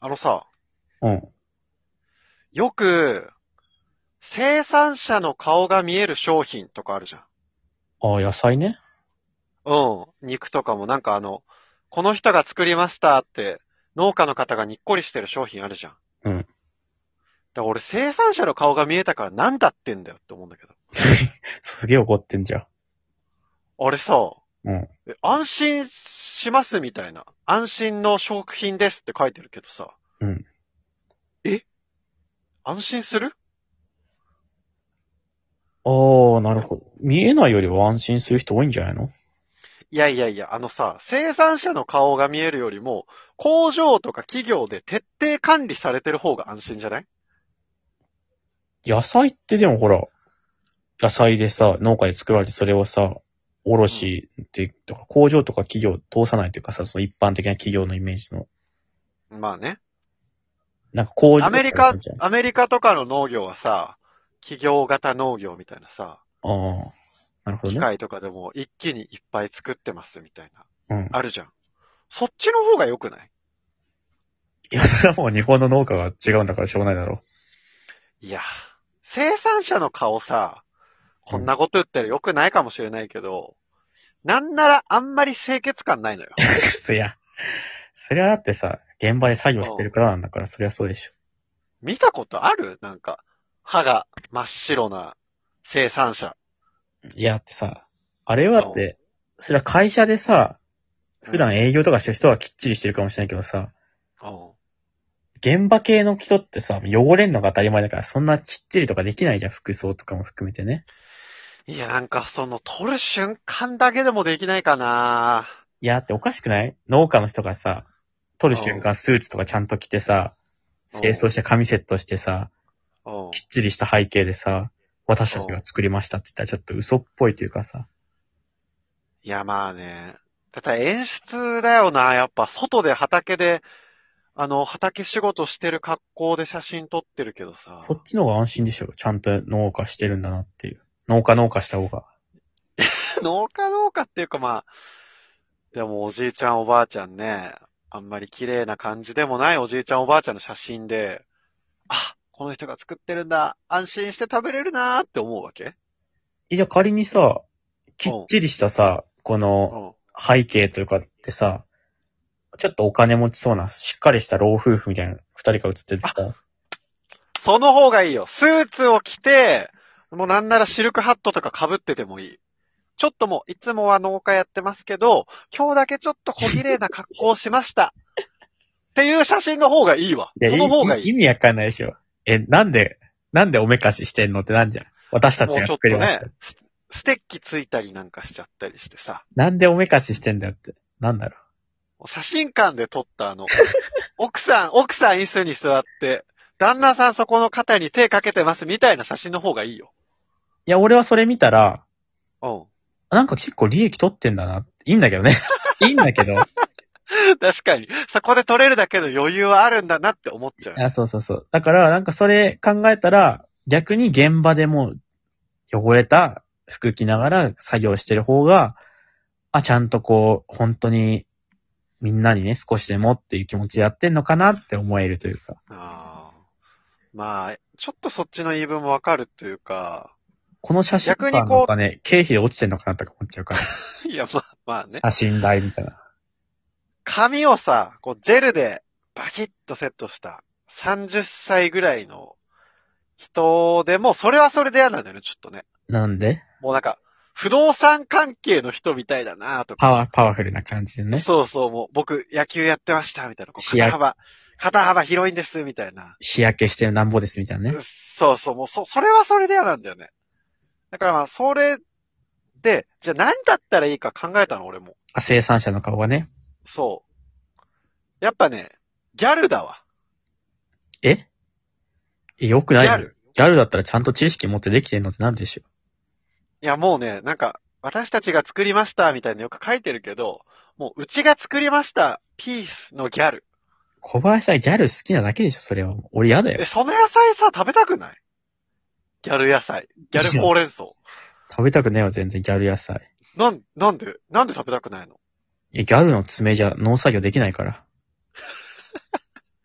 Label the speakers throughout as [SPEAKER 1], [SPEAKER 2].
[SPEAKER 1] あのさ、
[SPEAKER 2] うん。
[SPEAKER 1] よく、生産者の顔が見える商品とかあるじゃん。
[SPEAKER 2] ああ、野菜ね。
[SPEAKER 1] うん。肉とかもなんかあの、この人が作りましたって、農家の方がにっこりしてる商品あるじゃん。
[SPEAKER 2] うん
[SPEAKER 1] だから俺生産者の顔が見えたからなんだってんだよって思うんだけど。
[SPEAKER 2] すげえ怒ってんじゃん。
[SPEAKER 1] あれさ、
[SPEAKER 2] うん
[SPEAKER 1] え安心しますみたいな。安心の食品ですって書いてるけどさ。
[SPEAKER 2] うん
[SPEAKER 1] え安心する
[SPEAKER 2] ああ、なるほど。見えないよりは安心する人多いんじゃないの
[SPEAKER 1] いやいやいや、あのさ、生産者の顔が見えるよりも、工場とか企業で徹底管理されてる方が安心じゃない
[SPEAKER 2] 野菜ってでもほら、野菜でさ、農家で作られてそれをさ、おろしっていうとか、工場とか企業通さないというかさ、その一般的な企業のイメージの。
[SPEAKER 1] まあね。
[SPEAKER 2] なんか工場
[SPEAKER 1] アメリカ
[SPEAKER 2] みたい、な
[SPEAKER 1] アメリカとかの農業はさ、企業型農業みたいなさ、
[SPEAKER 2] ああ、なるほ
[SPEAKER 1] 機
[SPEAKER 2] どね。
[SPEAKER 1] 械とかでも一気にいっぱい作ってますみたいな、
[SPEAKER 2] うん。
[SPEAKER 1] あるじゃん。そっちの方が良くない
[SPEAKER 2] いや、それはもう日本の農家が違うんだからしょうがないだろ
[SPEAKER 1] いや、生産者の顔さ、こんなこと言ったら良くないかもしれないけど、なんならあんまり清潔感ないのよ。
[SPEAKER 2] う。いや、それはだってさ、現場で作業してるからなんだから、そりゃそうでしょ。
[SPEAKER 1] 見たことあるなんか、歯が真っ白な生産者。
[SPEAKER 2] いや、だってさ、あれはだって、それは会社でさ、普段営業とかしてる人はきっちりしてるかもしれないけどさ、
[SPEAKER 1] うん。
[SPEAKER 2] 現場系の人ってさ、汚れんのが当たり前だから、そんなきっちりとかできないじゃん、服装とかも含めてね。
[SPEAKER 1] いや、なんかその、取る瞬間だけでもできないかない
[SPEAKER 2] や、だっておかしくない農家の人がさ、取る瞬間スーツとかちゃんと着てさ、
[SPEAKER 1] うん
[SPEAKER 2] 清掃して髪セットしてさ、
[SPEAKER 1] うん。
[SPEAKER 2] きっちりした背景でさ、私たちが作りましたって言ったらちょっと嘘っぽいというかさ、
[SPEAKER 1] いや、まあね。ただ演出だよな。やっぱ、外で畑で、あの、畑仕事してる格好で写真撮ってるけどさ。
[SPEAKER 2] そっちの方が安心でしょ。ちゃんと農家してるんだなっていう。農家農家した方が。
[SPEAKER 1] 農家農家っていうかまあ、でもおじいちゃんおばあちゃんね、あんまり綺麗な感じでもないおじいちゃんおばあちゃんの写真で、あ、この人が作ってるんだ、安心して食べれるなーって思うわけ
[SPEAKER 2] え、じゃあ仮にさ、きっちりしたさ、こ
[SPEAKER 1] う
[SPEAKER 2] の
[SPEAKER 1] ん。
[SPEAKER 2] 背景というかってさ、ちょっとお金持ちそうな、しっかりした老夫婦みたいな二人が写っててさ、
[SPEAKER 1] その方がいいよ。スーツを着て、もうなんならシルクハットとか被っててもいい。ちょっともう、いつもは農家やってますけど、今日だけちょっと小綺麗な格好をしました。っていう写真の方がいいわ。
[SPEAKER 2] いや
[SPEAKER 1] その方がいい。
[SPEAKER 2] 意味わかんないでしょ。え、なんで、なんでおめかししてんのってなんじゃん。私たち
[SPEAKER 1] もう
[SPEAKER 2] が
[SPEAKER 1] ちょっ
[SPEAKER 2] 作り
[SPEAKER 1] と
[SPEAKER 2] まし
[SPEAKER 1] ね
[SPEAKER 2] た。、
[SPEAKER 1] スステッキついたりなんかしちゃったりしてさ、
[SPEAKER 2] なんでおめかししてんだよって。なんだろ
[SPEAKER 1] 写真館で撮ったあの、 奥さん、奥さん椅子に座って、旦那さんそこの肩に手かけてますみたいな写真の方がいいよ。
[SPEAKER 2] う。いや、俺はそれ見たら、
[SPEAKER 1] う
[SPEAKER 2] なんか結構利益取ってんだな。いいんだけどね。いいんだけど。
[SPEAKER 1] ん。確かに。そこで撮れるだけの余裕はあるんだなって思っちゃう。
[SPEAKER 2] あ、そうそうそう。だから、なんかそれ考えたら、逆に現場でもう汚れた服着ながら作業してる方が、あ、ちゃんとこう、本当にみんなにね、少しでもっていう気持ちでやってんのかなって思えるというか、
[SPEAKER 1] あーまあ、ちょっとそっちの言い分もわかるというか、
[SPEAKER 2] この写真
[SPEAKER 1] 逆にこう
[SPEAKER 2] とかね、経費で落ちてんのかなとか思っ ちゃうから、
[SPEAKER 1] いや、まあ、まあね。
[SPEAKER 2] 写真代みたいな。
[SPEAKER 1] 髪をさ、こうジェルでバキッとセットした30歳ぐらいの人でも、それはそれで嫌なんだよね、ちょっとね。
[SPEAKER 2] なんで、
[SPEAKER 1] もうなんか、不動産関係の人みたいだなとか。
[SPEAKER 2] パワー、パワフルな感じでね、
[SPEAKER 1] そうそう、もう僕野球やってました、みたいな。こう
[SPEAKER 2] い
[SPEAKER 1] 肩
[SPEAKER 2] や
[SPEAKER 1] 幅、肩幅広いんです、みたいな。
[SPEAKER 2] 日焼けしてなんぼですみたいなね。
[SPEAKER 1] そうそう、もうそ、それはそれで嫌なんだよね。だからまあ、それで、じゃあ何だったらいいか考えたの、俺も。
[SPEAKER 2] あ生産者の顔がね。
[SPEAKER 1] そう。やっぱね、ギャルだわ。
[SPEAKER 2] ええ、よ
[SPEAKER 1] ギ
[SPEAKER 2] くない
[SPEAKER 1] ャ
[SPEAKER 2] よ
[SPEAKER 1] ル。
[SPEAKER 2] ギャルだったらちゃんと知識持ってできてんのってなんでしょう
[SPEAKER 1] いや、もうね、なんか、私たちが作りました、みたいなのよく書いてるけど、もう、うちが作りました、ピースのギャル。
[SPEAKER 2] 小林さんギャル好きなだけでしょ、それは。俺嫌だ
[SPEAKER 1] え、
[SPEAKER 2] よ。
[SPEAKER 1] その野菜さ、食べたくないギャル野菜。ギャルほうれん草。
[SPEAKER 2] 食べたくないわ、全然ギャル野菜。
[SPEAKER 1] なん、なんで、なんで食べたくないの
[SPEAKER 2] いや、ギャルの爪じゃ農作業できないから。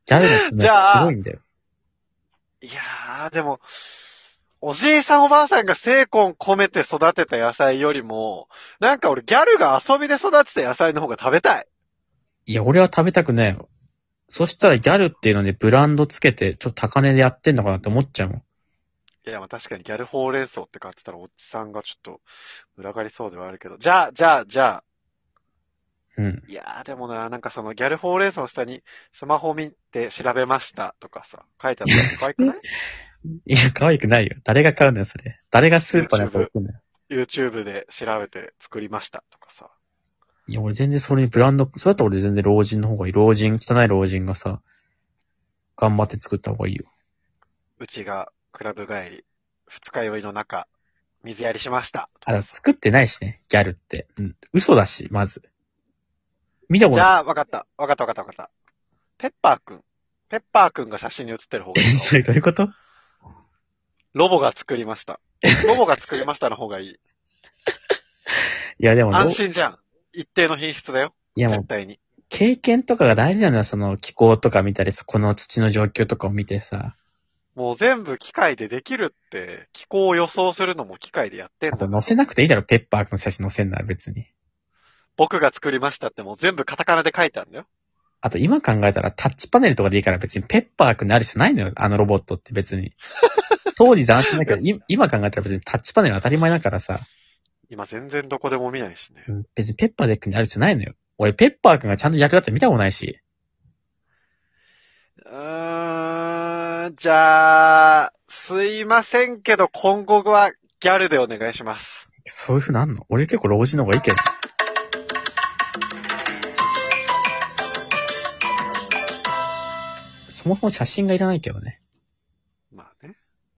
[SPEAKER 2] ギャルの爪
[SPEAKER 1] じゃあ
[SPEAKER 2] すごいんだよ。
[SPEAKER 1] いやー、でも、おじいさんおばあさんが精魂込めて育てた野菜よりも、なんか俺ギャルが遊びで育てた野菜の方が食べたい。
[SPEAKER 2] いや、俺は食べたくないよ。そしたらギャルっていうのにブランドつけて、ちょっと高値でやってんのかなって思っちゃうもん。
[SPEAKER 1] いや、まあ確かにギャルほうれん草って買ってたらおっさんがちょっと、群がりそうではあるけど。じゃあ、じゃあ、じゃあ。
[SPEAKER 2] うん。
[SPEAKER 1] いやー、でもな、なんかそのギャルほうれん草の下にスマホ見て調べましたとかさ、書いてあったら可愛くない
[SPEAKER 2] いや、可愛くないよ。誰が買うんだよ、それ。誰がスーパーで買うんだよ。
[SPEAKER 1] ?YouTube で調べて作りましたとかさ。
[SPEAKER 2] いや、俺全然それにブランド、そうやったら俺全然老人の方がいい。老人、汚い老人がさ、頑張って作った方がいいよ。
[SPEAKER 1] うちがクラブ帰り、二日酔いの中、水やりしました。
[SPEAKER 2] あの、作ってないしね、ギャルって。うん。嘘だし、まず。見たこ
[SPEAKER 1] じ
[SPEAKER 2] とない。
[SPEAKER 1] ゃあ、わかった。わかったわかったわかった。ペッパーくん。ペッパーくんが写真に写ってる方がいい
[SPEAKER 2] ど
[SPEAKER 1] よ。
[SPEAKER 2] ういうこと
[SPEAKER 1] ロボが作りました。ロボが作りましたの方がい い。
[SPEAKER 2] いや、でも、
[SPEAKER 1] 安心じゃん。一定の品質だよ。
[SPEAKER 2] いやも
[SPEAKER 1] 絶
[SPEAKER 2] う、
[SPEAKER 1] 対に。
[SPEAKER 2] 経験とかが大事なのよ、その気候とか見たり、この土の状況とかを見てさ、
[SPEAKER 1] もう全部機械でできるって、気候を予想するのも機械でやってん
[SPEAKER 2] あ
[SPEAKER 1] だ
[SPEAKER 2] と。載せなくていいだろ、ペッパーくんの写真載せんなら別に。
[SPEAKER 1] 僕が作りましたってもう全部カタカナで書いたんだよ。
[SPEAKER 2] あと今考えたらタッチパネルとかでいいから別にペッパーくんになる人ないのよ、あのロボットって別 に。当時斬新だけど、い今考えたら別にタッチパネル当たり前だからさ、
[SPEAKER 1] 今全然どこでも見ないしね。
[SPEAKER 2] うん別にペッパーくんになる人ないのよ。俺ペッパーくんがちゃんと役立って見たことないし。
[SPEAKER 1] うーん、じゃあ、すいませんけど、今後はギャルでお願いします。
[SPEAKER 2] そういう風なんの俺結構老人の方がいいけど。そもそも写真がいらないけどね。
[SPEAKER 1] まあね。